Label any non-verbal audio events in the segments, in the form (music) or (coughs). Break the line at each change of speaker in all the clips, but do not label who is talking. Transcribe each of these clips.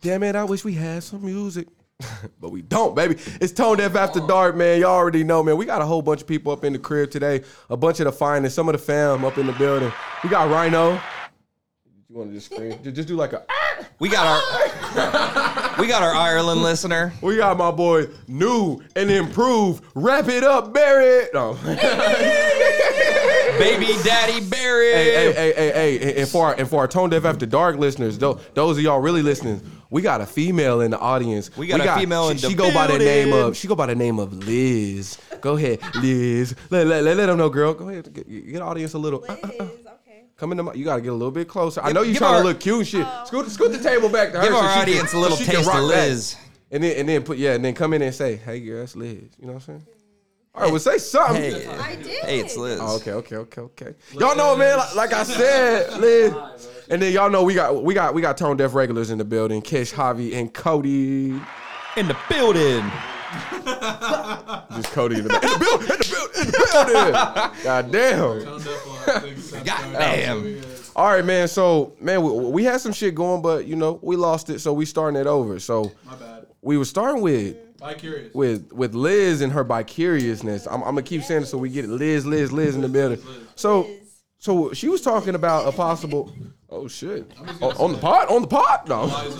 Damn it, I wish we had some music. (laughs) but we don't, baby. It's Tone Deaf After Dark, man. Y'all already know, man. We got a whole bunch of people up in the crib today. A bunch of the finest, some of the fam up in the building. We got Rhino. You want to just scream? Ju- just do like a. (laughs)
We got our we got our Ireland listener.
We got my boy, new and improved. Wrap it up, bury it. No. (laughs)
Baby Daddy Barry.
hey, hey, hey, hey, hey, and for our, and for our tone deaf after dark listeners, those those of y'all really listening, we got a female in the audience.
We got a female
she,
in the
She go by the name
building.
of she go by the name of Liz. Go ahead, Liz. Let, let, let, let them know, girl. Go ahead, get, get the audience a little. uh, uh, uh.
okay.
Come in the mic. You gotta get a little bit closer. I know you
give
trying
our-
to look cute and shit. Scoot, scoot the table back to her.
Give
so
our
she can-
audience a little
so she can
taste of
rock back.
Liz.
And then and then put yeah, and then come in and say, hey girl, that's Liz. You know what I'm saying? All right, well say something.
Hey,
I did.
hey, it's Liz.
Oh, okay, okay, okay, okay. Y'all know, man. Like, like I said, Liz. And then y'all know we got we got we got tone deaf regulars in the building. Kish, Javi, and Cody.
In the building.
Just Cody in the, in the building. In the building. In the building. God damn.
God damn.
All right, man. So, man, we, we had some shit going, but you know we lost it, so we starting it over. So
My bad.
we were starting with
By curious.
with with Liz and her bicariousness. I'm, I'm gonna keep saying it so we get it. Liz, Liz, Liz in the building. So so she was talking about a possible. Oh shit! O- on the pot? On the pot? No,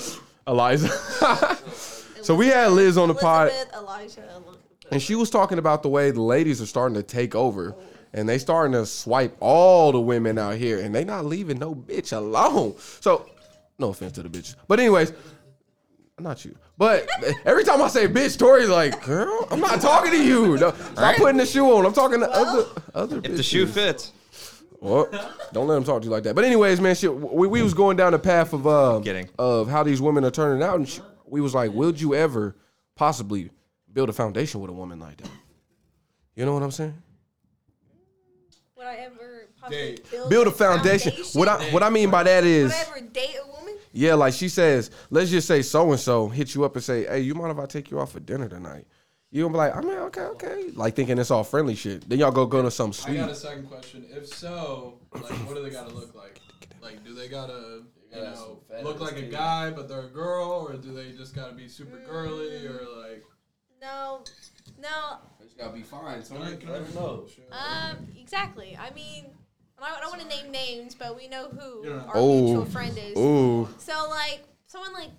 Eliza. (laughs) so we had Liz on the pod,
Elizabeth, Elijah, Elizabeth.
and she was talking about the way the ladies are starting to take over. And they starting to swipe all the women out here, and they not leaving no bitch alone. So, no offense to the bitches, but anyways, not you. But every time I say bitch, Tori's like, girl, I'm not talking to you. No, stop putting the shoe on. I'm talking to other other
If the shoe
bitches.
fits,
Well, don't let them talk to you like that. But anyways, man, shit, we, we was going down the path of uh,
Kidding.
of how these women are turning out, and sh we was like, would you ever possibly build a foundation with a woman like that? You know what I'm saying?
Would I ever possibly
Date.
build,
Build a foundation. What I what I mean by that
Would
is,
I ever date a woman?
yeah, like she says, let's just say so and so hit you up and say, hey, you mind if I take you out for dinner tonight? You gonna be like, I mean, okay, okay, like thinking it's all friendly shit. Then y'all go go to some
I
sweet.
got a second question. If so, like, what do they gotta look like? Like, do they gotta, you know, look like a guy but they're a girl, or do they just gotta be super girly, or like?
No, no. Um, exactly. I mean, I don't, I don't want to name names, but we know who
Yeah.
our
Oh.
mutual friend is.
Ooh,
So like someone like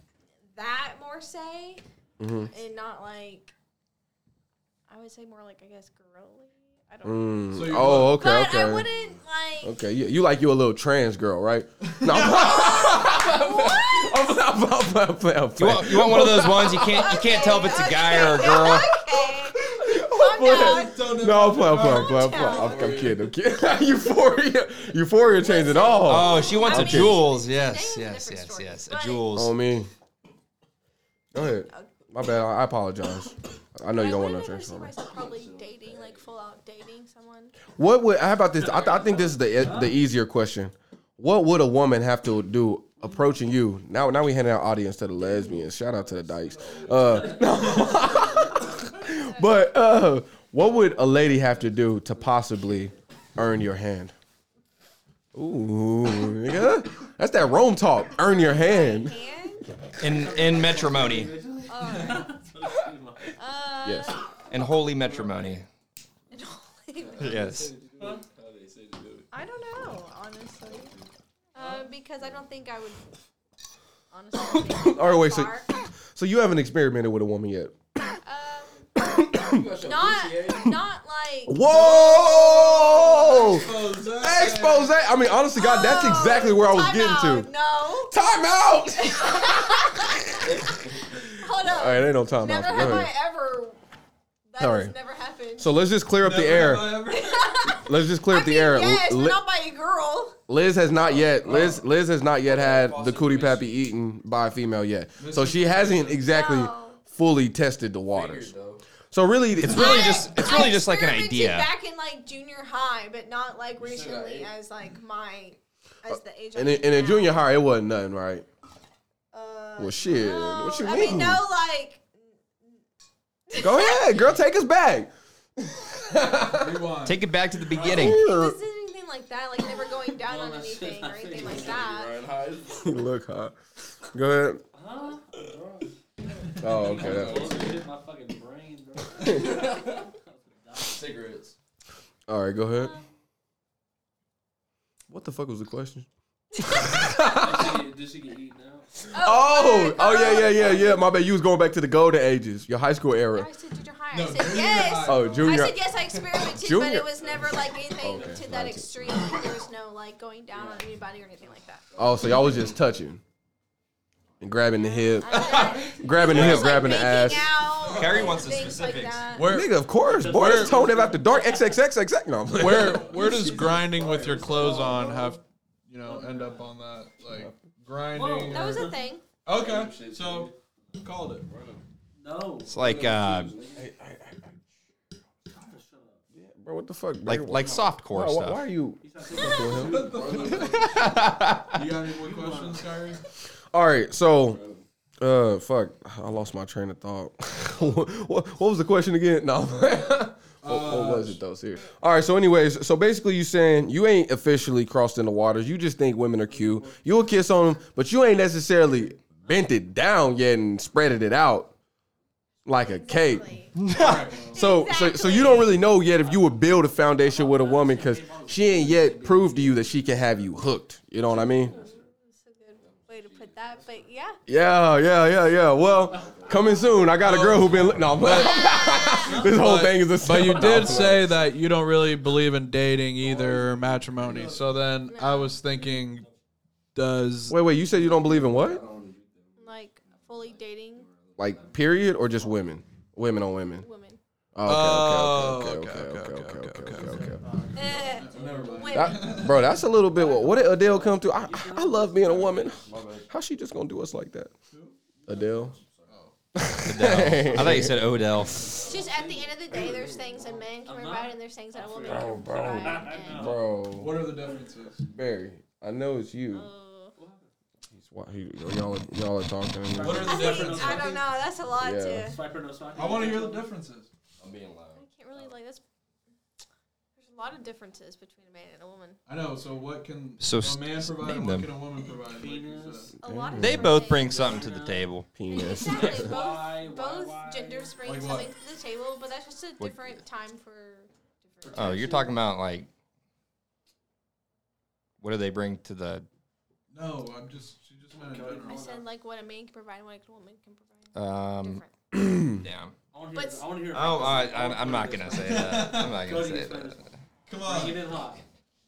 that more say,
Mm-hmm.
and not like I would say more like I guess girly. I don't. know.
Mm.
So you
oh, okay,
But
okay.
I wouldn't like.
Okay, you, you like you a little trans girl,
(laughs)
right? No, I'm playing, I'm playing, I'm playing, I'm playing, I'm
you
playing.
want, you want one of those ones you can't you can't tell if it's a guy or a girl.
Okay.
I'm playing.
Don't know.
No, I'm playing, I'm playing, I'm playing, I'm playing. I'm, I'm kidding, I'm kidding. (laughs) Euphoria, Euphoria changed it all.
Oh, she wants a
Okay.
Jules. Yes,
Name a
yes,
different
yes,
story,
yes. A
but-
Oh,
Jules.
me. Go ahead. My bad. I I apologize. I know Oh, you don't want no trans
I
woman.
myself probably dating, like full out dating someone.
What would? How about this? I, th- I think this is the the easier question. What would a woman have to do approaching you? Now, now we handing out audience to the lesbians. Shout out to the dykes. Uh, (laughs) no. but uh, what would a lady have to do to possibly earn your hand? Ooh, nigga. that's that Rome talk. Earn your hand.
And
In
(laughs)
in matrimony.
Yes.
In holy matrimony. Yes.
I don't know, honestly, uh, because I don't think I would.
(coughs)
Honestly, think
All right, wait. So,
far.
so you haven't experimented with a woman yet?
not not like
Whoa!
Expose.
Expose. I mean, honestly, God, that's
Oh,
exactly where I was
time
getting
out,
to.
No,
Time
(laughs)
out.
hold up.
All right, ain't no time out.
never
Go
have I
ahead.
ever. That
Sorry.
has never happened.
So let's just clear up the air. Let's just clear up the air.
yes,
Li-
but not by a girl.
Liz has not yet. Liz Liz has not yet had the cootie pappy eaten by a female yet. So she hasn't exactly
No.
fully tested the waters. So really, it's
really
I-
just- it's really
I
just like an
experimented
idea.
Back in like junior high, but not like recently as like my as the age.
and
I'm
in, and in
now.
junior high it wasn't nothing, right?
Uh,
Well, shit.
no,
What you
I
mean?
mean, no, like
Go ahead, girl. Take us back.
Rewind.
Take it back to the beginning.
(laughs) it
Er, (laughs)
wasn't anything like that. Like never going down on anything or anything like that.
Look, huh? Go ahead. Oh, okay. that-
hit my fucking brain,
(laughs)
bro.
Cigarettes.
All right, go ahead.
Uh-huh.
What the fuck was the question?
Does she get- Does she get eaten out?
Oh, oh yeah, yeah, yeah, yeah. My bad. You was going back to the golden ages, your high school era.
oh. I said junior high. I
No,
said
junior
yes.
high.
Oh,
I
junior.
said yes. I experimented, but
Junior-
it was never like anything
Okay,
to that
gotcha.
extreme. Like, there was no like going down on anybody or
(laughs)
anything like that.
Oh, so y'all was just touching and grabbing the hip, grabbing the
It
hip,
was, like,
grabbing the
making
ass.
out,
Carrie wants the
things like
specifics.
that.
Where
Nigga, of course, boy. It's tone deaf after dark. XXXXX. No, I'm playing.
where where does grinding with your clothes on have you know end up on that like grinding?
That was (laughs)
or-
a thing.
okay, so called it.
No.
It's like uh,
bro? What the fuck?
like
bro?
like
Why- why,
softcore
why
stuff.
are you?
You got any more questions, Kyrie?
All right, so. Uh, fuck! I lost my train of thought. (laughs) what, what what was the question again? No, (laughs) what, what was it though? Seriously. All right. So, anyways, so basically, you saying you ain't officially crossed in the waters. You just think women are cute. You'll kiss on them, but you ain't necessarily bent it down yet and spreaded it out like a cake.
Like,
(laughs) So, so, so you don't really know yet if you would build a foundation with a woman because she ain't yet proved to you that she can have you hooked. You know what I mean?
That's a good way to put that. But yeah,
Yeah, yeah, yeah, yeah. Well, coming soon. I got a girl who been li- no, but (laughs) this whole
Oh,
But-
thing is a.
But you
setup.
did say that you don't really believe in dating either or matrimony. So then I was thinking, does
Wait, wait. You said you don't believe in what?
like fully dating
Like period or just women? Women on women.
(laughs) women.
Oh, okay, okay,
Oh,
okay, okay, okay, okay, okay, okay, okay.
Eh, women.
That- Bro, that's a little bit. What, what did Adele come to? I, I, I love being a woman. How she just gonna do us like that? Adele. (laughs)
I thought you said Odell.
Just at the end of the day, there's things a man can provide and there's things that a woman can
Oh, bro.
provide. And,
Bro,
what are the differences?
Barry, I know it's you.
uh,
He's wa- he- y'all, y'all are talking.
What are the
I
differences?
I don't know. That's a lot
Yeah.
to.
Swiper, no swiper.
I want to hear the differences.
I'm being loud.
I can't really like that's. There's a lot of differences between a man and a woman.
I know. So what can
So
a man
s-
provide?
name
and What
them.
can a woman provide? Like you
Penis.
said.
A lot of
They
different
both
things.
bring something to the table.
Penis.
(laughs)
Exactly. Both,
Why, why,
both
why?
genders bring
Like what?
something to the table, but that's just a different time for. different-
Oh, you're talking about like what do they bring to the?
No, I'm just. She just meant in
I
general.
said like what a man can provide and what a woman can provide.
Um,
Different.
damn.
I want to hear.
But-
I want to hear.
Oh, I, I, I'm not gonna say that. I'm not gonna
Cody
say
gets
that. Uh,
first.
Come
Bring it
on,
in hot.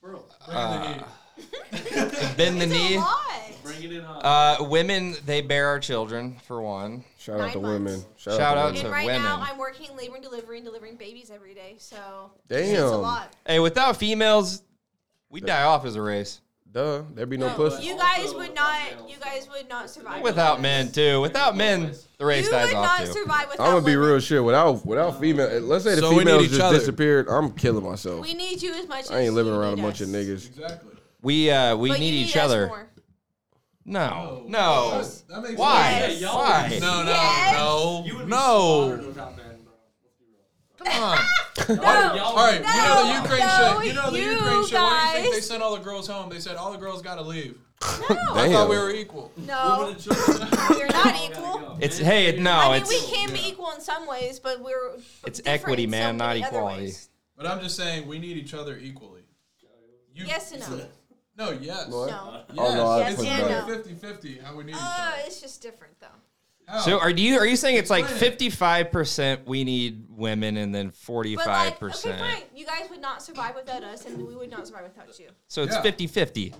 Bro,
bring the heat.
Bend the
It's a
knee.
lot.
bring it in hot.
Uh, women, they bear our children for one.
Shout out
Nine
to
months.
women. Shout, out.
Shout out
To
to-
And right now,
women.
I'm working labor and delivery and delivering babies every day, so
Damn.
it's a lot.
Hey, without females, we die off as a race.
Duh, there be no pussy.
You guys would not. You guys would not survive
Without men too. Without men, the
You
race dies
would
off
not
too.
survive without.
I'm gonna be
women.
real shit. Without without female, eh, let's say the
So we need
females
each
just
other.
disappeared. I'm killing myself.
We need you as much.
I ain't
as
living
you
around a
need
bunch of
us.
niggas.
(laughs) Exactly.
We uh, we
But
need,
you
each
us
other.
more.
No,
No.
no.
That makes
Why?
Yes.
Yeah, y'all-
Why?
No, no,
Yes.
You would
no,
be slaughtered
no.
without men, bro. Let's be real.
Come on.
(laughs)
Y'all-
No.
y'all-
All right, you know the
No,
Ukraine
no,
shit. You know the
you
Ukraine shit. What do you think they
guys.
sent all the girls home? They said all the girls gotta leave.
No,
I
Damn.
thought we were equal.
Women
no,
and children.
we're
(laughs)
not equal.
It's hey, it- no,
I mean, we
it's
can be equal in some ways, but we're
It's
different
equity,
in so
man, not
many other
equality.
ways.
But I'm just saying we need each other equally. You,
Yes and no.
(laughs) No, yes.
No,
Yes.
Oh, no, I
it's
put
like
no.
50-50 how we need each
uh,
other.
it's just different though.
How?
so. Are you are you saying it's like
Explain it.
fifty five percent we need women and then forty
But
five
like, okay, fine.
percent?
You guys would not survive without us, and we would not survive without you.
So it's
Yeah.
50-50.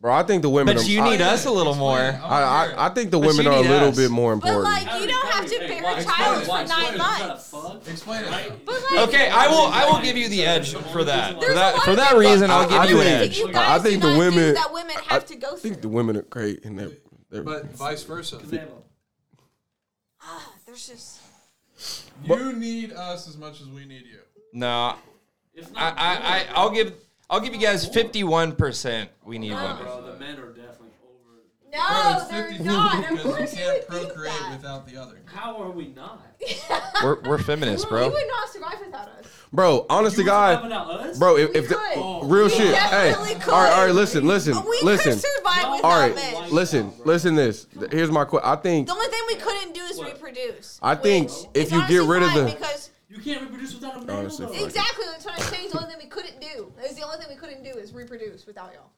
Bro, I think the women.
But
are,
you need
I,
us a little more.
I, I I think the
But
women
you
are a
need
little
us.
bit more
But
important.
like, you don't have to
Hey,
bear
why-
a child
why-
for nine
why-
months.
Fuck.
Explain it.
Right?
But like,
Okay, I will I will give you the edge for that. For
There's a
that
lot
for
of
that
things
reason,
that
I'll give you
think-
an
that
edge.
You
I-
guys
I think
do
the
not do
women-
that women have to go
I think the
through.
women are great and they're. they're
But vice versa.
Commando.
Ah, There's just
You need us as much as we need you.
No,
It's
I,
not
I, I
good,
I'll give I'll give you guys fifty one percent. We need
No. (laughs)
women.
Bro, the men are definitely over.
No,
it's
they're
50-50
not. Of
Because
course
you
you would
can't
think
procreate
that.
without the other.
How are we not?
We're we're feminists,
You
bro.
would not survive without us.
Bro, honest to
You talking
God,
about us?
bro, if,
We
if the,
could.
real
We
shit, hey, all
definitely
right,
could.
all right, listen, listen,
But we
listen,
could survive
No.
without
all right,
survive
men.
without
listen,
bro.
listen. This here's my question. I think
The only thing we couldn't do is
What?
reproduce.
I think
which
if
is
you get
honestly
rid of
fine
the-
because
You can't reproduce without a man.
Honestly,
though.
fuck.
exactly that's what I'm saying. is The only thing we couldn't do is the only thing we couldn't do is reproduce without y'all.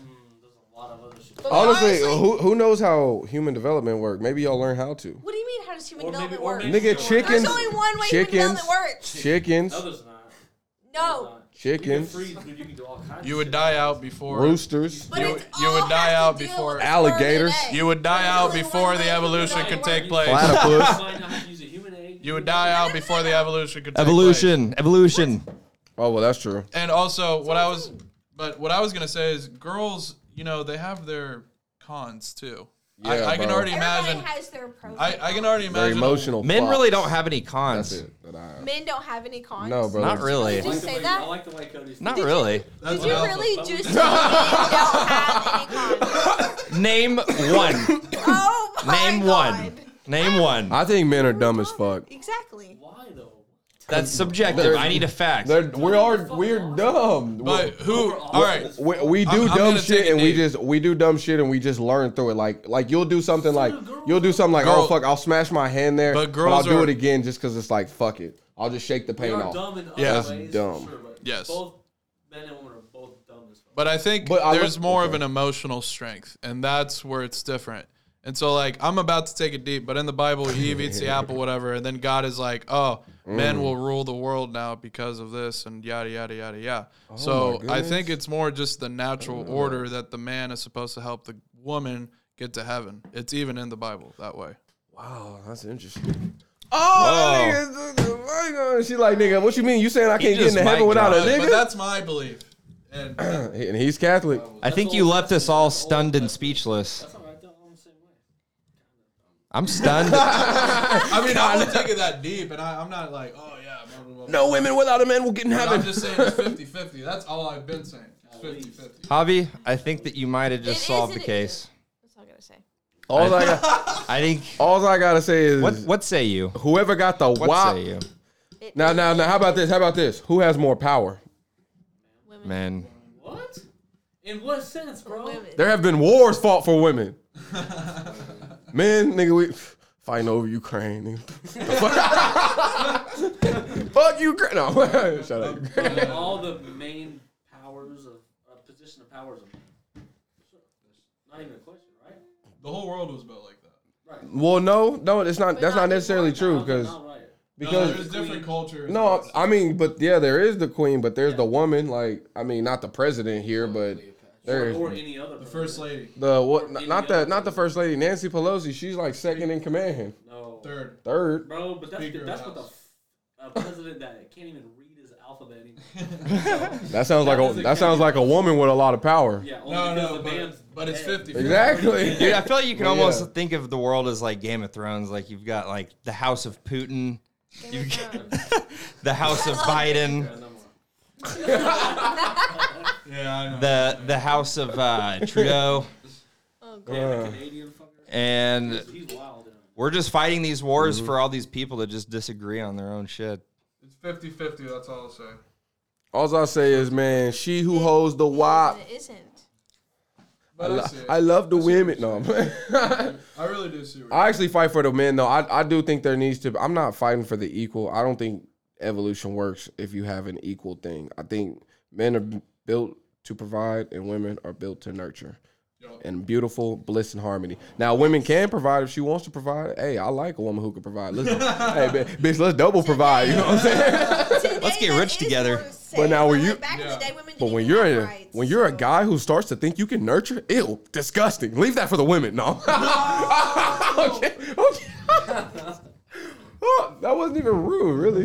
Mm, there's a lot of other shit.
But we
honestly, who who knows how human development work? Maybe y'all learn how to.
What do you mean? How does human
Or maybe-
development
or
work?
maybe-
Nigga,
There's
chickens,
There's only one way human
chickens,
development works.
chickens,
No, there's not.
No,
chickens,
You can freeze, dude. You can do all kinds.
You
of
would
shit.
die out before.
roosters.
but
You-
it's
you would
all
die
has to
out
do with
before-
Alligators.
sperm and egg.
You would die
There's
out
only
before
one
the
way human
evolution could
development
take
works.
place.
You
Platypus.
might not have to use a human egg.
You would die out before the evolution could take place.
Evolution, evolution.
(laughs) Oh well, that's true.
And also, what I was, but what I was gonna say is, girls, you know, they have their cons too.
Yeah,
I, I can
bro.
already imagine.
Everybody has their pros.
I, I can already
They're
imagine.
emotional.
Men
fucks.
really don't have any
That's
cons.
it. that I-
Men don't have any cons.
No, bro.
Not really.
I like
Just
the
say
way-
that.
I like the way Cody's.
Not really.
That's
Did you
what I
really
(laughs)
was-
just say men don't have any
(laughs)
cons?
Name
(laughs)
one.
Oh my
Name
God.
one. Name one.
I think men are dumb as fuck.
Exactly.
Why though?
That's subjective. I need a fact.
They're, we are we're dumb.
But who? All right.
we, we do
I'm- I'm
dumb
gonna
shit
take it
and we
deep.
just we do dumb shit and we just learn through it. Like like you'll do something like
do girls.
you'll do something like oh
Girl-
fuck I'll smash my hand there,
But
but, I'll
girls
do
are-
it again just because it's like fuck it. I'll just shake the
We
pain
are
off.
dumb in other
Yeah.
ways.
That's
for
dumb.
sure, but
Yes.
Both men and women are both dumb as fuck.
But I think
But I
there's
look-
more of
okay.
an emotional strength, and that's where it's different. And so, like, I'm about to take it deep, but in the Bible, Eve
(laughs)
eats the apple, whatever, and then God is like, "Oh, men
Mm.
will rule the world now because of this," and yada yada yada yada. so
Oh my Oh.
I think it's more just the natural order that the man is supposed to help the woman get to heaven. It's even in the Bible that way.
Wow, that's interesting. Oh, that nigga- she like nigga. What you mean? You saying I can't get
just
into heaven
mic
without a
dropped.
But, but
nigga?
that's my belief.
(coughs)
And
And he's Catholic.
I think you left us all stunned and speechless.
That's all right. though. I'm the same way.
I'm
(laughs)
stunned.
I mean, I won't take it that deep, and I, I'm not like, "Oh yeah." Blah, blah, blah,
No women without a man will get in
But I'm
heaven.
just saying it's 50 50. That's all I've been saying. It's 50 50.
Javi, I think that you might have
It
just
is
solved the
an
case.
That's all I gotta say.
All I (laughs) got,
I think.
all I gotta say is
What what say you?
whoever got the
What
wop.
say you,
It
Now now now, how about this? How about this? Who has more power?
Women.
man?
What? In what sense, bro?
Women.
There have been wars fought for
(laughs)
women. Men, nigga, we fighting over Ukraine. (laughs) Nigga. Fuck Ukraine. No, (laughs) shut up. Ukraine.
(laughs)
Of all the main powers of uh, position of powers of men. Not even a question, right?
The whole world was built like that.
Right.
Well, no, no, it's not. That's not necessarily true
How's that
because
not right?
no,
because
there's different cultures.
no, I mean, but yeah, there is the queen, but there's the woman. Like, I mean, not the president here, but there.
or any other.
the first lady,
The what? Not the not the first lady, Nancy Pelosi. She's like second in command,
No.
third.
third.
Bro, but that's,
Speaker of
that's what the
House.
f- a president that can't even read his alphabet
(laughs)
anymore.
That sounds like a that sounds like a woman with a lot of power.
Yeah, only
No,
because
no,
the
but,
man's
but it's
dead.
50
Exactly.
Dude, I feel like you can
Well,
almost
yeah.
think of the world as like Game of Thrones. Like you've got like the House of Putin,
Game
(laughs)
of Thrones.
(laughs) the House of Biden,
Yeah, no more.
Yeah, I know.
the the House of uh, Trudeau,
Oh, God.
Yeah,
Uh.
the Canadian fucker.
and
He's wild. isn't he?
we're just fighting these wars
Mm-hmm.
for all these people that just disagree on their own shit.
it's 50 50. That's all I'll say.
(laughs) All I say is, man, she who holds the wop.
It isn't.
I,
But I,
lo-
see it.
I
I,
love the women. (laughs) No,
really do see what
I actually fight for the men though. I, I do think there needs to. be- I'm not fighting for the equal. I don't think evolution works if you have an equal thing. I think men are b- built to provide and women are built to nurture.
Yup.
And beautiful bliss and harmony. Now, women can provide if she wants to provide. Hey, I like a woman who can provide. Listen, hey, bi- bitch, let's double provide. You know what I'm saying?
Today,
get
that
rich
is
together.
what I'm
But now
saying.
when
Like,
you-
back in the
Yeah.
day, women didn't
But when
even
you're
have
a,
rights,
when you're a
so-
guy who starts to think you can nurture, ew, disgusting. Leave that for the women. No. (laughs) okay. okay. (laughs) Oh, that wasn't even rude, really.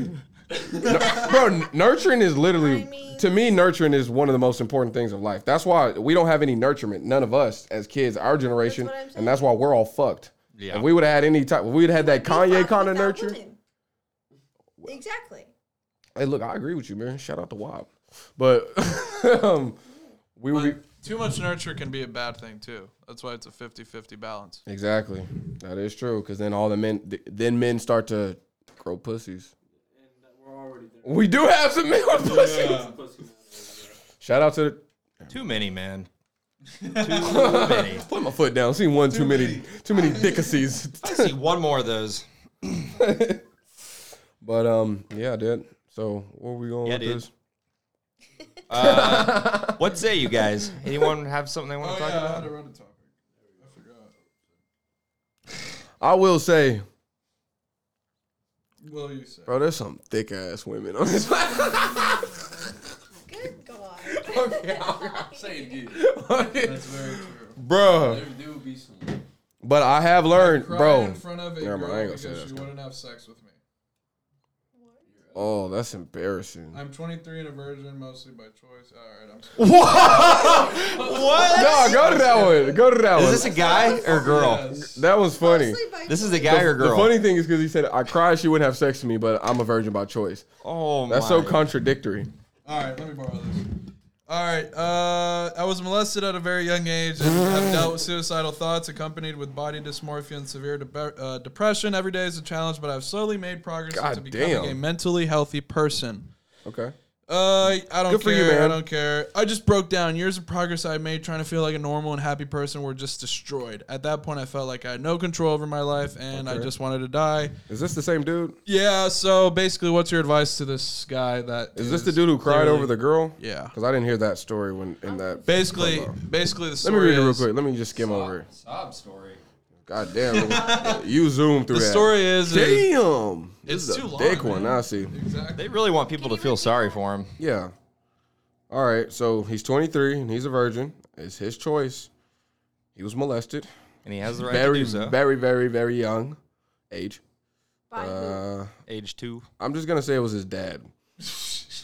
N- Bro, n- nurturing is literally
I mean-
to me. Nurturing is one of the most important things of life. That's why we don't have any nurturement. None of us as kids, our generation,
That's what I'm saying.
and that's why we're all fucked.
Yeah.
If we would have had any type, if we'd had that
We
Kanye
fuck
kind of
without
nurture.
women. Exactly.
(laughs) Hey, look, I agree with you, man. Shout out to WAP. But um, we would be.
But Too much nurture can be a bad thing too. That's why it's a
(laughs)
50-50 balance.
Exactly. That is true. Because then all the men, th- then men start to grow pussies.
And that we're already there.
We do have some men with pussies.
Pussy man
(laughs)
over
Shout out to the.
Too many,
(laughs)
man. Too many.
Put my foot down. Seen one too, many, too many dickacies.
I see one more of those.
But um, yeah, dude. So where we going
Yeah,
with
dude.
this?
Uh, what say you guys? Anyone have something they want
Oh,
to talk
Oh, I
about?
had to run a topic. I forgot.
I will say,
Well, you said.
bro, there's some thick ass women on this. (laughs)
Good
(laughs)
God.
Say it again. That's very true.
bro.
there. There do be some.
But I have learned,
Cried
bro.
in front of a
Never
girl
mind, I ain't gonna
because
say that.
she wouldn't have sex with me.
Oh, that's embarrassing.
(laughs) I'm 23 and a virgin, mostly by choice. All right, I'm. sorry.
What?
No, go to that one. Go to that
Is
one.
this a guy or girl?
Yes.
that was funny.
This is a guy or
The
girl?
funny thing is because he said, I cried she wouldn't have sex with me, but I'm a virgin by choice.
oh,
That's
my.
so contradictory.
All right, let me borrow this. All right, uh, I was molested at a very young age and
(laughs)
have dealt with suicidal thoughts accompanied with body dysmorphia and severe de- uh, depression. Every day is a challenge, but I've slowly made progress
God
into becoming
damn.
a mentally healthy person.
Okay.
Uh, I don't
Good for
care.
you,
I
man.
don't care. I just broke down. Years of progress I made trying to feel like a normal and happy person were just destroyed. At that point, I felt like I had no control over my life and I
Okay.
just wanted to die.
Is this the same dude?
Yeah. So basically, what's your advice to this guy? That
Is this the dude who cried over
clearly-
the girl?
Yeah.
Because I didn't hear that story when in that.
Basically,
promo.
basically the
Let me
story
read it real
is-
quick. Let me just skim over it.
Sob story.
God damn.
(laughs)
you zoomed through
The
that.
story is, is
Damn.
It's
this is
too
a
long,
Thick one.
man.
I see.
exactly.
They really want people to feel sorry for him.
Yeah. All right. So he's 23 and he's a virgin. It's his choice. He was molested.
And he has the right
Very,
to do so.
very, very, very young age.
By who?
Uh,
Age two.
I'm just gonna say it was his dad.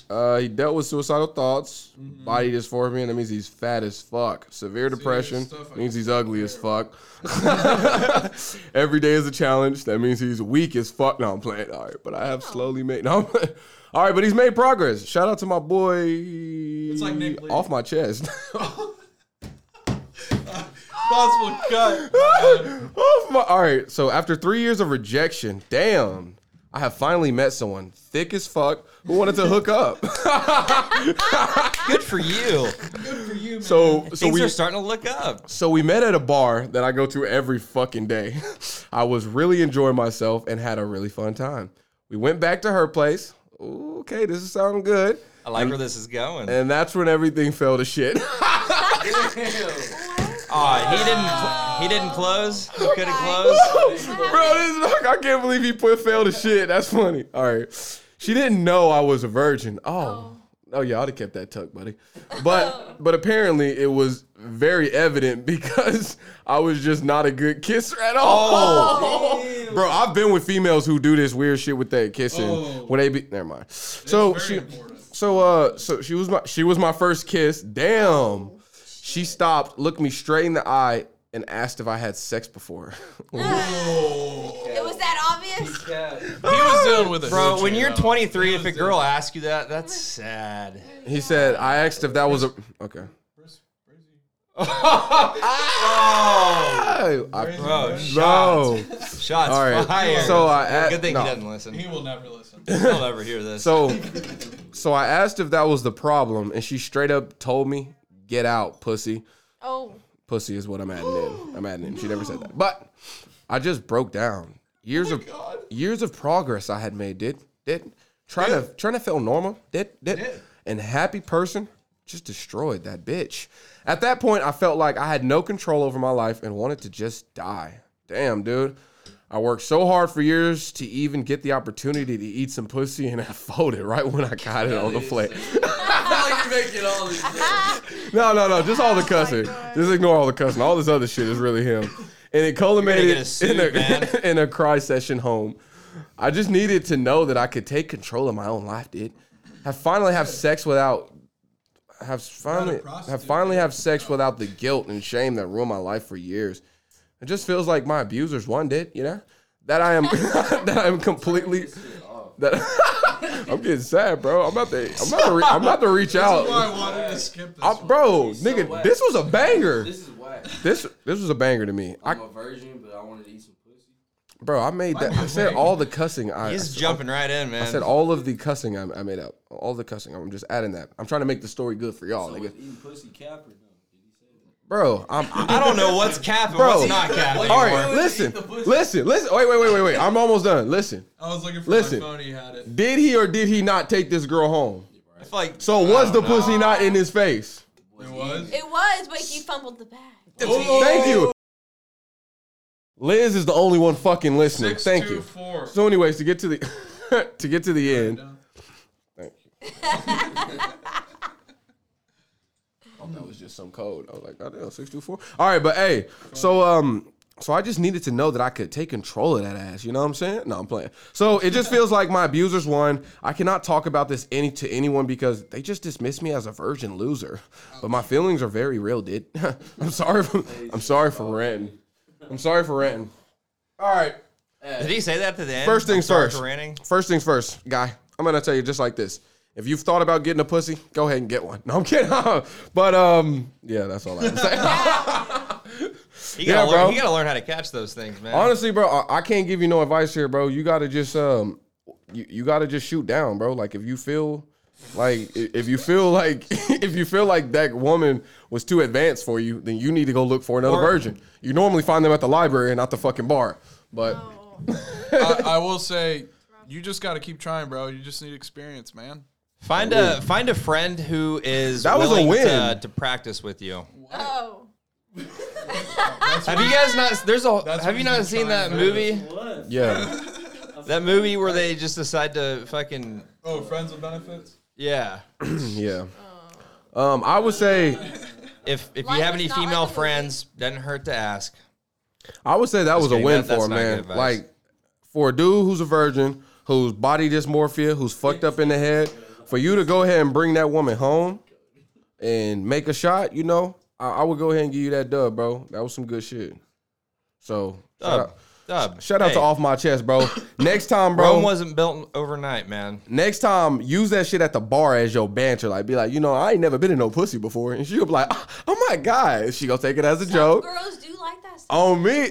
Uh, he dealt with suicidal thoughts, body dysphoria. That means he's fat as fuck. Severe depression
stuff I
means he's ugly as fuck. (laughs) Every day is a challenge. That means he's weak as fuck. No, I'm playing. All right, but I have slowly made. No, I'm- (laughs) all right, but he's made progress. Shout out to my boy. It's
like Nick Lee.
off my chest. (laughs)
Possible cut.
Oh, my- all right. So after three years of rejection, damn, I have finally met someone thick as fuck who wanted to hook up. (laughs)
Good for you.
so so
Things
we
are starting to look up.
so we met at a bar that I go to every fucking day. (laughs) I was really enjoying myself and had a really fun time. We went back to her place. Ooh, okay, this is sounding good.
I like where this is going.
And that's when everything fell to shit. (laughs)
Aw, he didn't. Cl- he didn't
(laughs)
close. He couldn't close.
Bro, this is, I can't believe he put fail to shit. That's funny. All right. She didn't know I was a virgin. Oh. Oh, yeah, I'd have kept that tuck, buddy. But but apparently it was very evident (laughs) because I was just not a good kisser at all. (laughs) Bro, I've been with females who do this weird shit with their kissing
Oh.
when they be never mind. So
very
she
important.
so uh so she was my she was my first kiss. Damn. She stopped, looked me straight in the eye, and asked if I had sex before. (laughs)
It was that
(laughs)
obvious?
Yeah.
He was dealing (laughs) with it,
Bro, when you're 23, if a girl asks you that, that's sad.
He said, I asked if that was a. Okay.
oh,
I, I,
bro, shots,
no.
shots
All right.
fired.
So I asked.
Good thing
no.
he doesn't listen.
He will never listen. (laughs)
He'll never hear this.
So, so I asked if that was the problem, and she straight up told me, "Get out, pussy."
Oh.
Pussy is what I'm adding in. I'm adding in. She never said that, but I just broke down. Years of years of progress I had made. Did did trying to trying to feel normal. Did did, and happy person just destroyed that bitch. At that point, I felt like I had no control over my life and wanted to just die. Damn, dude. I worked so hard for years to even get the opportunity to eat some pussy, and I (laughs) folded right when I got it on the plate.
How you making all these
(laughs) No, no, no. Just
Oh
all the cussing. Just ignore all the cussing. All this other shit is really him. And it
You're
culminated
gonna get a
in,
suit, man.
a, (laughs) in a cry session home. I just needed to know that I could take control of my own life, dude. Have finally have sex without have finally have
prostitute,
finally have sex without the guilt and shame that ruined my life for years. It just feels like my (laughs) abusers won, did you know? That (laughs) I am that I am completely that I'm getting sad, bro. I'm about to. I'm about to. Re- I'm about to reach
why I
out,
wanted to skip this.
I,
one.
bro.
so
Nigga,
whack.
this was a banger.
This is whack.
This this was a banger to me. I,
I'm a virgin, but I wanted to eat some pussy.
bro, I made that. I said all the cussing. I, I
He's
said-
jumping right in, man.
I said all of the cussing I, I made up. All the cussing. I'm just adding that. I'm trying to make the story good for y'all,
So
nigga.
was eating pussy cap or no? Did he say that?
Bro, I'm. I,
I don't know what's cap and
Bro.
what's not cap.
All
all
anymore.
right,
Eat
listen,
the pussy.
listen, listen. Wait, wait, wait, wait, wait. I'm almost done. Listen,
I was looking for
Listen.
my phone. He had it.
did he or did he not take this girl home?
It's like
So
I
was the
don't know.
pussy not in his face?
It was.
It was, but he fumbled the bag.
Thank you. Liz is the only one fucking listening.
Six,
Thank
two,
you. (laughs)
four.
So, anyways, to get to the to get to the end, Thank you. oh, that was just some code. I was like, goddamn, six two four. All right, but hey, so um, so I just needed to know that I could take control of that ass. You know what I'm saying? No, I'm playing. So it just feels like my abusers won. I cannot talk about this any to anyone because they just dismiss me as a virgin loser. But my feelings are very real, dude. (laughs) I'm sorry. For, I'm sorry for ranting. I'm sorry for ranting. All right.
Did he say that to the end?
First
I'm
things
sorry
first.
for ranting.
First things first, guy. I'm gonna tell you just like this. If you've thought about getting a pussy, go ahead and get one. (laughs) No, I'm kidding. but um, yeah, that's all I have to say. (laughs)
You gotta,
Yeah,
learn,
bro.
you gotta learn how to catch those things, man.
Honestly, bro, I, I can't give you no advice here, bro. You gotta just um, you, you gotta just shoot down, bro. Like if you feel like i- if you feel (laughs) like if you feel like that woman was too advanced for you, then you need to go look for another
Or-
virgin. You normally find them at the library and not the fucking bar. But
Oh.
I, I will say, you just got to keep trying, bro. You just need experience, man.
Find a find a friend who is
That was a
willing To,
win.
to practice with you.
oh.
Have you guys not? There's a.
That's
have
what
you
he's
not
been
seen that
trying to
movie?
What?
yeah,
That movie where they just decide to fucking
Oh, friends with benefits.
yeah.
yeah. Um, I would say
If if
Life
you have
is
any
not like
female
a movie.
friends, doesn't hurt to ask.
I would say that was a
kidding,
win
that-
for
that's
him,
not good
man.
advice.
Like for a dude who's a virgin, who's body dysmorphia, who's fucked up in the head, for you to go ahead and bring that woman home and make a shot, you know, I, I would go ahead and give you that dub, bro. That was some good shit. So shout
Dub,
out,
dub.
shout out
Hey,
to off my chest,
(coughs)
bro. next time, bro.
Rome wasn't built overnight, man.
next time, use that shit at the bar as your banter. Like, be like, you know, I ain't never been in no pussy before, and she'll be like, (laughs) oh my god, she gonna take it as a
Some
joke.
girls do like that
Oh.
stuff.
On me,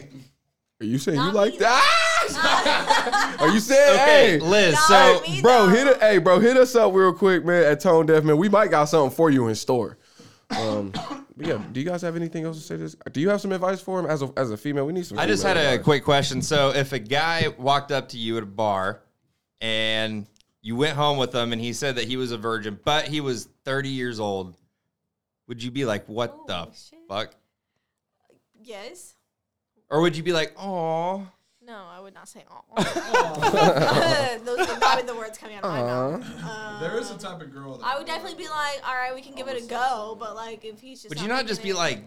are you saying
Not
you like
me,
that?
(laughs)
Are you saying,
Okay,
hey,
Liz.
Not
So
me.
bro,
though.
hit it, hey, bro, hit us up real quick, man, at Tone Deaf, man. We might got something for you in store. Um, (coughs) but yeah, do you guys have anything else to say? to This, do you have some advice for him as a as a female? We need some.
I just
female
had a (laughs)
advice.
quick question. So if a guy walked up to you at a bar and you went home with him and he said that he was a virgin, but he was 30 years old, would you be like, what the
Holy shit.
fuck?
(laughs) yes.
Or would you be like, oh,
No, I would not say
(laughs)
aw. (laughs) Those are probably the words coming out of my mouth. Um,
There is a type of girl. That
I would definitely be like, all right, we can give it a go, but like if he's just
would you not
making
just be
it-
like,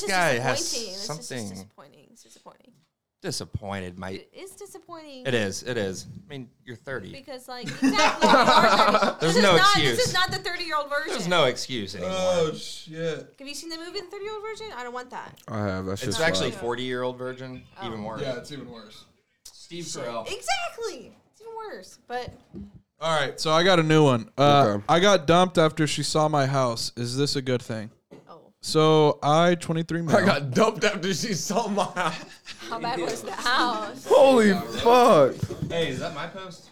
this
just
guy has
disappointing. That's just-
something
It's disappointing. It's disappointing.
disappointed, mate?
It is disappointing.
It is. It is. I mean, you're 30.
Because like exactly,
(laughs)
you are 30.
There's
this
no
is not, This
excuse.
is not the 30 year old version.
There's no excuse anymore.
Oh shit.
Have you seen the movie The 30 Year Old Version? I don't want that.
I have. That's
it's
just
actually
fine.
40 year old virgin,
Oh.
even worse.
Yeah, it's even worse.
Steve
Oh.
Carell.
Exactly. It's even worse. But
All right, so I got a new one. Uh,
Okay.
I got dumped after she saw my house. Is this a good thing?
oh,
So I, 23 male.
I got dumped after she saw my house.
how bad was the house?
(laughs)
Holy fuck!
Hey, is that my post?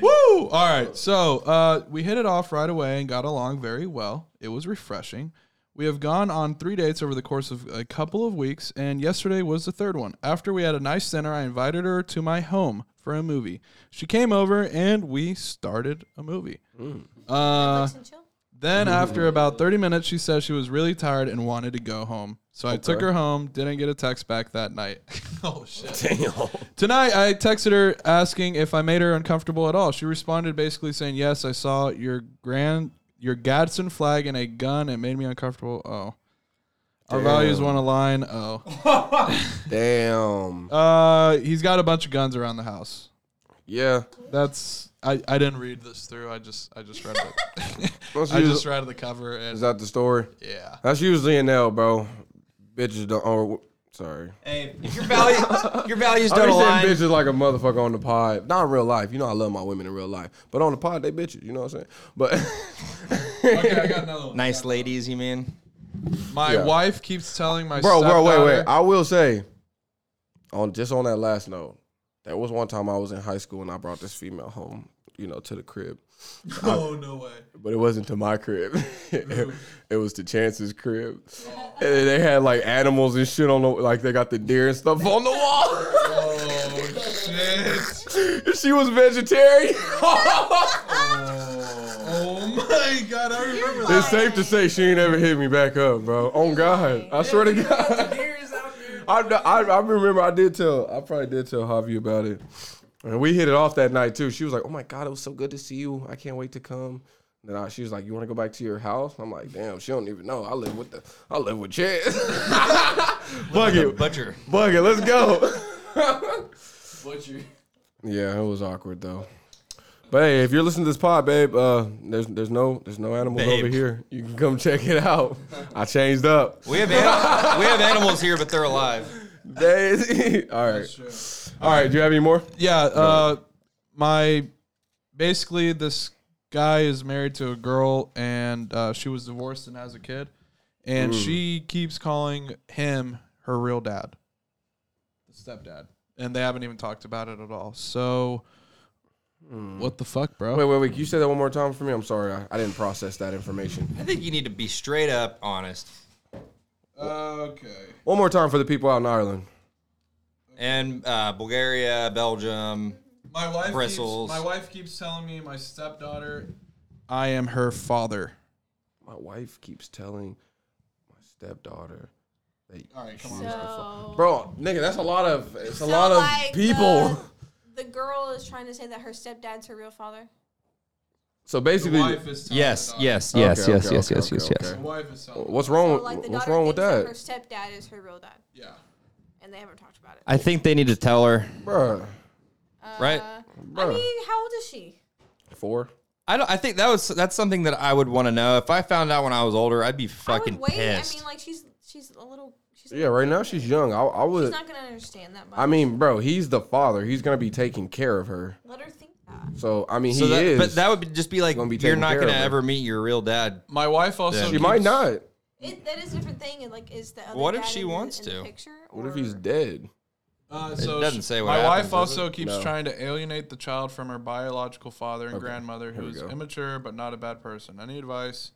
Woo! All right. So uh, we hit it off right away and got along very well. It was refreshing. We have gone on three dates over the course of a couple of weeks, and yesterday was the third one. After we had a nice dinner, I invited her to my home for a movie. She came over, and we started a movie. Uh,
Netflix and chill?
then, after about 30 minutes, she said she was really tired and wanted to go home. So I took her home, didn't get a text back that night. (laughs) oh, shit.
Damn.
Tonight, I texted her asking if I made her uncomfortable at all. She responded basically saying, "Yes, I saw your grand, your Gadsden flag and a gun. It made me uncomfortable. Oh, our values
Damn.
want to align. Oh,
Damn.
uh, he's got a bunch of guns around the house.
Yeah.
That's I, I didn't read this through. I just I just read it.
That's (laughs)
I
usually,
just read the cover
is
and
that the story?
yeah.
That's usually an L, bro. Bitches don't. Or Sorry.
Hey, if your values your values
I
don't
be saying
align,
bitches like a motherfucker on the pod. Not in real life. You know I love my women in real life. But on the pod, they bitches. You know what I'm saying? But (laughs)
Okay, I got another one.
nice ladies, you mean?
My
Yeah.
wife keeps telling my
bro, bro, wait, wait.
stepdaughter-
I will say, on just on that last note, there was one time I was in high school and I brought this female home, you know, to the crib,
oh no way.
but it wasn't to my crib. (laughs) it, it was to Chance's crib, and they had like animals and shit on the like they got the deer and stuff on the wall. (laughs)
Oh shit.
she was vegetarian. (laughs)
Oh my god, I remember that.
it's safe to say she ain't ever hit me back up, bro. On God, I swear to God.
Deers out there.
I, (laughs) I, I remember I did tell I probably did tell Javi about it, and we hit it off that night too. She was like, "Oh my god, it was so good to see you. I can't wait to come." Then I, she was like, "You want to go back to your house?" I'm like, "Damn, she don't even know. I live with the I live with (laughs) Chance. Bug it,
Butcher.
bug it. Let's
(laughs)
go."
Butcher.
yeah, it was awkward though. But hey, if you're listening to this pod, babe, uh, there's there's no there's no animals
Babe.
over here. You can come check it out. I changed
(laughs)
up.
We have anim- we have animals here, but they're alive.
Daisy. (laughs) All right, all right. Do you have any more?
Yeah, uh, my basically this guy is married to a girl, and uh, she was divorced and has a kid, and she keeps calling him her real dad, the stepdad, and they haven't even talked about it at all. So, what the fuck, bro?
Oh, Wait, wait, wait. Can you say that one more time for me? I'm sorry. I, I didn't process that information.
I think you need to be straight up honest
Okay.
One more time for the people out in Ireland.
and uh, Bulgaria, Belgium.
My wife
Bristles.
Keeps, my wife keeps telling me my stepdaughter, I am her father.
My wife keeps telling my stepdaughter that.
All right, come on.
So,
Bro, nigga, that's a lot of. It's a
So,
lot of
like,
people.
the girl is trying to say that her stepdad's her real father.
so basically,
is
Yes, yes,
Okay,
yes,
okay,
yes,
okay,
yes,
okay,
yes, yes,
okay,
yes.
okay.
wife is telling.
what's wrong?
So,
with
like, the
what's
daughter
wrong with
thinks
that,
Her stepdad is her real dad,
Yeah.
and they haven't talked about it.
I think they need to tell her.
Bruh.
Right.
Uh, I
Bruh.
mean, how old is she?
Four.
I don't. I think that was that's something that I would want to know. If I found out when I was older, I'd be fucking
I would wait.
pissed.
I mean, like she's she's a little. She's
Yeah, right now she's young. I, I
She's
would.
not gonna understand that much.
I mean, bro, he's the father. He's gonna be taking care of her.
let her think that.
So I mean,
so
he
that,
is.
but that would be, just be like
Gonna be
you're
taken
not
care
gonna
of, right?
ever meet your real dad.
My wife also.
Yeah.
she might
keeps-
not.
It, that is a different thing. And like, is the other
What if
dad
she
in the-
wants
in the
to?
picture,
What if he's
or-
dead?
Uh, so
doesn't
sh-
say what
My
happens,
wife
does
also keeps
No.
trying to alienate the child from her biological father and grandmother,
here
who
we
is
go.
immature but not a bad person. Any advice?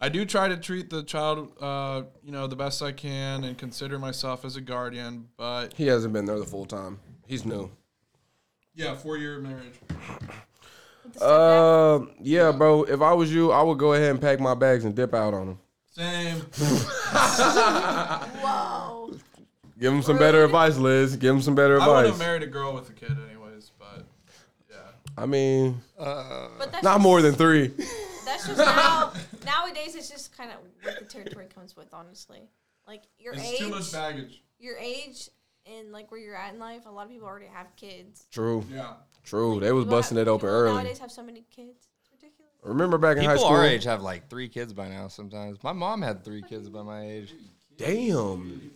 I do try to treat the child, uh, you know, the best I can, and consider myself as a guardian. But
He hasn't been there the full time. He's new.
yeah, four-year marriage.
Um, yeah, bro. If I was you, I would go ahead and pack my bags and dip out on him.
Same.
Whoa.
Give him some better advice, Liz. Give him some better
I would have
advice.
married a girl with a kid, anyways. But yeah,
I mean,
But that's
not
just,
more than
(laughs)
three.
That's
(laughs)
just now. Nowadays, it's just kind of what the territory comes with. Honestly, like your
it's
age,
too much baggage.
your age, and like where you're at in life. A lot of people already have kids.
True,
Yeah.
true. They was
People
busting
have-
it open
people
early.
Nowadays, have so many kids. It's ridiculous.
Remember back in high
People
school?
our age have like three kids by now. Sometimes my mom had three kids by my age.
Damn.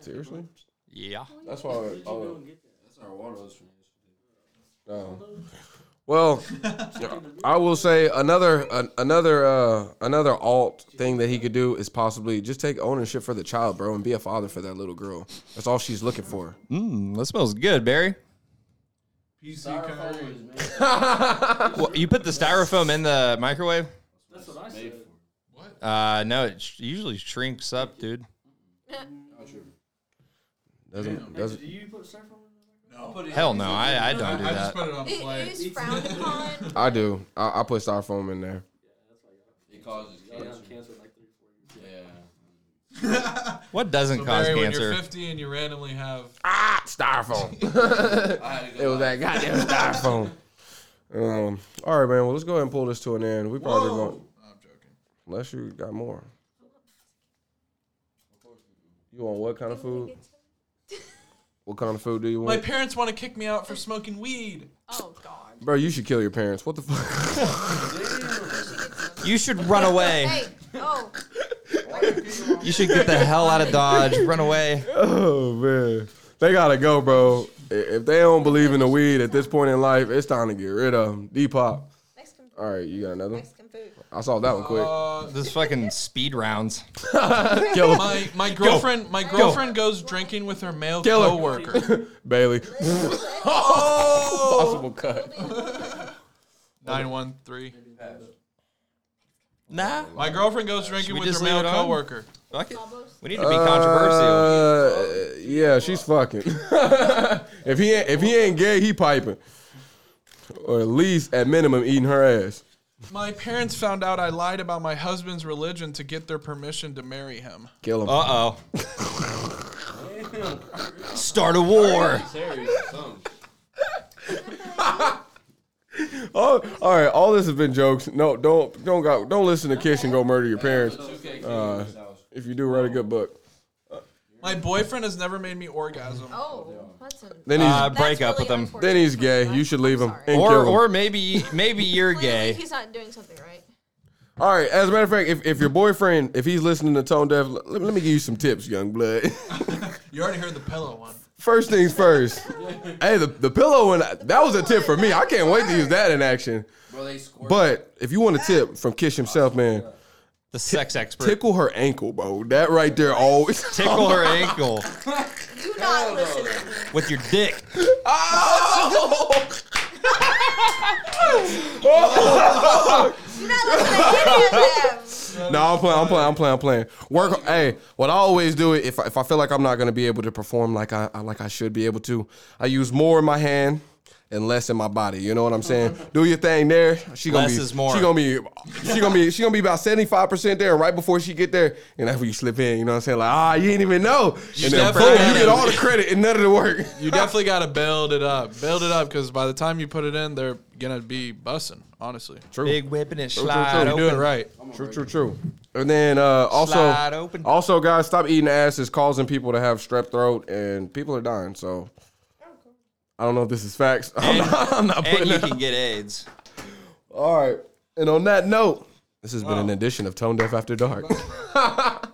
Seriously?
Yeah.
That's why. I- I would-
That's our Waldo's from yesterday.
Oh.
(laughs)
Well, I will say another an, another uh, another alt thing that he could do is possibly just take ownership for the child, bro, and be a father for that little girl. That's all she's looking for. Hmm,
Mm, that smells good, Barry. (laughs)
PC Canary.
Styrofoam is
Well, you put the styrofoam in the microwave?
That's what I
made, made
said.
for.
Uh, no, it sh- usually shrinks up, dude.
Doesn't doesn't.
Do you put styrofoam in
No. Put it
Hell no, I, I don't do
I just
that.
put it on
It-
play.
it is frowned
(laughs)
(laughs)
upon.
I do. I, I put styrofoam in there.
It causes
there? Yeah,
cancer.
I'm cancer in like three, four years.
Yeah.
(laughs)
(laughs)
What doesn't
So
cause
Barry, when you're
cancer?
50 and you randomly have
Ah, styrofoam.
I had to
it
go
was that goddamn
(laughs)
styrofoam. Um. All right, man. Well, let's go ahead and pull this to an end. We probably going
I'm joking.
unless you got more. You want what kind of food? What kind of food do you
My
want?
parents want to kick me out for smoking weed.
Oh God.
Bro, you should kill your parents. What the fuck?
You should run away.
Hey. Oh.
You should get the hell out of Dodge. Run
(laughs)
away.
(laughs) Oh man, they gotta go, bro. I- If they don't believe in the weed at this point in life, it's time to get rid of them. Depop.
Mexican,
All right, you got another one?
Mexican food.
I saw that one quick.
Uh,
This fucking speed rounds.
Kill
my my girlfriend my girlfriend goes drinking with her male
Kill her.
(laughs)
coworker.
Bailey. Possible cut.
Nine one three.
Nah.
My girlfriend goes drinking
we
with
just
her
leave
male
it on?
coworker.
Fuck it. We need to be controversial.
Uh, yeah, she's fucking. (laughs) if he ain't, if he ain't gay, he piping, or at least at minimum eating her ass.
My parents found out I lied about my husband's religion to get their permission to marry him.
Kill him.
Uh oh. Start a war. Uh,
Terry, something.
all, Oh, all right, all this has been jokes. No, don't don't go, don't listen to Kiss and go murder your parents.
Two K
uh,
house.
If you do, write a good book.
My boyfriend has never made me orgasm.
Oh, Hudson.
Then he's
Uh, break up with him.
then he's gay. You should leave him and
Or
kill him.
or maybe maybe you're gay.
Gay. He's not doing something right.
All right. As a matter of fact, if, if your boyfriend, if he's listening to Tone Deaf, let, let me give you some tips, young blood. (laughs)
You already heard the pillow one.
First things first. hey, the, the pillow and that was a tip for me. I can't wait to use that in action.
Bro, they squirt.
But if you want a tip from Kish himself, man,
The sex expert.
tickle her ankle, bro. That right there always. (laughs)
Tickle her ankle
Do not listen to him.
with your dick.
Do not listen to any of them.
no, I'm playing. I'm playing. I'm playing. I'm playing. Work. Hey, what I always do if I, if I feel like I'm not gonna be able to perform like I I- like I should be able to, I use more in my hand and less in my body. You know what I'm saying? do your thing there. She gonna
Less
be.
is more.
She gonna be. She gonna be. She gonna be about 75 percent there. Right before she get there, and that's when you slip in. You know what I'm saying? Like ah, you didn't even know. And then boom,
definitely-
you get all the credit and none of the work.
You definitely got to build it up. Build it up because by the time you put it in, they're going to be bussing, honestly.
Big whipping and
true,
slide
true.
You do it
open.
right.
True, true, true. And then uh,
Slide
also,
open.
also, guys, stop eating ass. It's causing people to have strep throat, and people are dying. So, I don't know if this is facts. (laughs) I'm not, I'm not
And
putting
you
it.
can get AIDS.
All right. And on that note, this has been an edition of Tone Deaf After Dark.